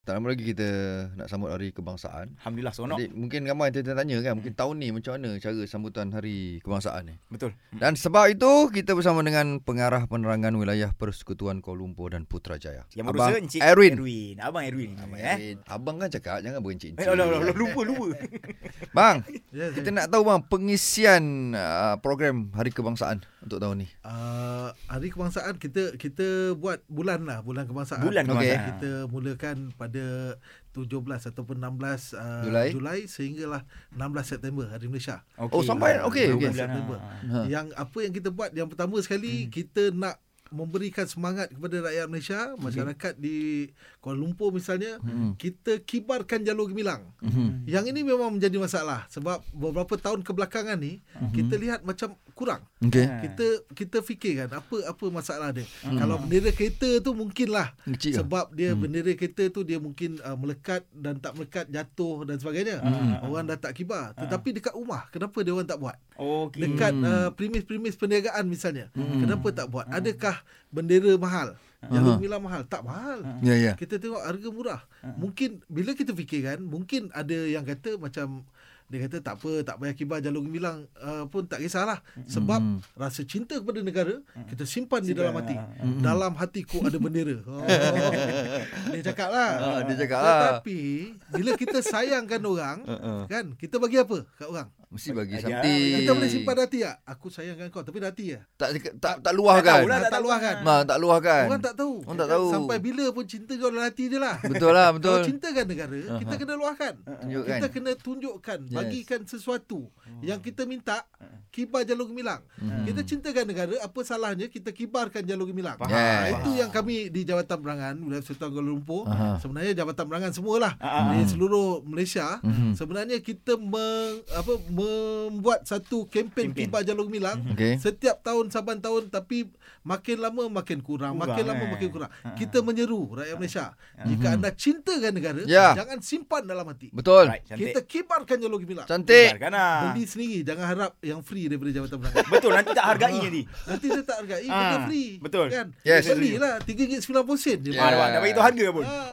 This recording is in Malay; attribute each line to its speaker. Speaker 1: Tak lama lagi kita nak sambut Hari Kebangsaan.
Speaker 2: Alhamdulillah seronok.
Speaker 1: Jadi, mungkin ramai yang tanya kan, mungkin tahun ni macam mana cara sambutan Hari Kebangsaan ni.
Speaker 2: Betul.
Speaker 1: Dan sebab itu, kita bersama dengan pengarah penerangan wilayah Persekutuan Kuala Lumpur dan Putrajaya. Abang
Speaker 2: Yang berusaha Encik
Speaker 1: Erwin.
Speaker 2: Erwin. Abang Erwin. Abang
Speaker 1: Abang
Speaker 2: eh.
Speaker 1: Erwin. Abang kan cakap jangan berincik-incik.
Speaker 2: Eh, alah, alah, alah, lupa, lupa.
Speaker 1: Bang, kita nak tahu bang pengisian uh, program Hari Kebangsaan untuk tahun ni.
Speaker 3: Uh, hari kebangsaan kita kita buat bulan lah bulan kebangsaan.
Speaker 2: Bulan
Speaker 1: Okey.
Speaker 2: kebangsaan.
Speaker 3: Kita mulakan pada 17 ataupun 16 uh,
Speaker 1: Julai.
Speaker 3: Julai sehinggalah 16 September Hari Malaysia.
Speaker 2: Okey.
Speaker 1: Oh, sampai-
Speaker 2: Ah,
Speaker 1: okey,
Speaker 2: bulan
Speaker 1: okey.
Speaker 2: bulan,
Speaker 3: September.
Speaker 2: ah.
Speaker 1: Ha.
Speaker 3: Yang apa yang kita buat yang pertama sekali hmm. kita nak memberikan semangat kepada rakyat Malaysia, masyarakat di Kuala Lumpur misalnya,
Speaker 1: Hmm.
Speaker 3: hmm. kita kibarkan jalur gemilang.
Speaker 1: Mhm.
Speaker 3: Yang ini memang menjadi masalah sebab beberapa tahun kebelakangan ni kita lihat macam kurang.
Speaker 1: Okey.
Speaker 2: Ha.
Speaker 3: Kita kita fikirkan apa apa masalah dia. Kalau bendera kereta tu mungkinlah
Speaker 1: Kecil lah. ke?
Speaker 3: sebab dia bendera kereta tu dia mungkin uh, melekat dan tak melekat jatuh dan sebagainya. Ah, Orang dah tak kibar. Tetapi dekat rumah kenapa dia orang tak buat?
Speaker 2: Hmm. Okey.
Speaker 3: Dekat uh, premis-premis perniagaan misalnya. Kenapa tak buat? Adakah bendera mahal?
Speaker 1: Aha.
Speaker 3: Jalur gemilang mahal? Tak mahal.
Speaker 1: Ya ya. Ha.
Speaker 3: Kita tengok harga murah. Mungkin bila kita fikirkan, mungkin ada yang kata macam dia kata tak apa, tak payah kibar jalur gemilang uh, pun tak kisahlah. Sebab
Speaker 1: Hmm.
Speaker 3: rasa cinta kepada negara, kita simpan di
Speaker 2: Simpan,
Speaker 3: dalam hati.
Speaker 2: ah,
Speaker 3: Dalam hatiku ada bendera. Oh, dia cakap lah.
Speaker 1: Ah, dia cakap lah.
Speaker 3: Tetapi, bila kita sayangkan orang,
Speaker 1: Uh-uh.
Speaker 3: kan, kita bagi apa kat orang?
Speaker 1: Mesti bagi
Speaker 2: Ajak.
Speaker 1: something.
Speaker 3: Kita boleh simpan hati tak? Aku sayangkan kau, tapi dah hati lah.
Speaker 1: tak tak tak luahkan.
Speaker 2: Tak tahulah,
Speaker 3: tak luahkan.
Speaker 1: Ma tak lah. luahkan.
Speaker 3: lah. Orang tak tahu.
Speaker 1: Kan?
Speaker 3: Kan?
Speaker 1: Orang tak tahu.
Speaker 3: Sampai bila pun cinta kau dalam hati je lah.
Speaker 1: Betul lah,
Speaker 3: Kalau
Speaker 1: betul.
Speaker 3: cintakan negara,
Speaker 1: Aha.
Speaker 3: kita kena luahkan.
Speaker 1: Tunjukkan.
Speaker 3: Kita kena tunjukkan,
Speaker 1: Yes. Oh.
Speaker 3: bagikan sesuatu yang kita minta, kibar jalur gemilang.
Speaker 1: Mhm.
Speaker 3: Kita cintakan negara, apa salahnya kita kibarkan jalur gemilang.
Speaker 2: Faham,
Speaker 3: Ah,
Speaker 1: Yes.
Speaker 3: Itu yang kami di Jabatan Perangan, Wilayah Sultan Kuala Lumpur,
Speaker 1: Aha. Hmm.
Speaker 3: sebenarnya Jabatan Perangan semualah
Speaker 2: Ah, ah.
Speaker 3: di seluruh Malaysia,
Speaker 1: Mhm.
Speaker 3: sebenarnya kita meng, apa, membuat satu
Speaker 2: Kempen.
Speaker 3: kempen kibar jalur gemilang
Speaker 1: Okey.
Speaker 3: Setiap tahun saban tahun tapi makin lama makin
Speaker 2: Kurang,
Speaker 3: kurang, makin lama
Speaker 2: eh.
Speaker 3: makin kurang.
Speaker 2: Ha. Ya. Hmm.
Speaker 3: Kita menyeru rakyat Malaysia, jika anda cintakan negara,
Speaker 1: Ya.
Speaker 3: jangan simpan dalam hati.
Speaker 1: Betul.
Speaker 2: Right, cantik.
Speaker 3: Kita kibarkan jalur gemilang.
Speaker 1: Cantik.
Speaker 2: Kibarkan lah.
Speaker 3: Beli sendiri, jangan harap yang free daripada Jabatan Perangan.
Speaker 2: Betul, nanti tak hargai
Speaker 3: Ah,
Speaker 2: jadi.
Speaker 3: Nanti dia tak hargai
Speaker 2: Ah,
Speaker 3: benda free.
Speaker 2: betul. Ya.
Speaker 3: Kan?
Speaker 1: Yes.
Speaker 3: Belilah RM3.90 je.
Speaker 1: Yeah.
Speaker 2: Ah, dah bagi tahu harga pun.
Speaker 3: Ah.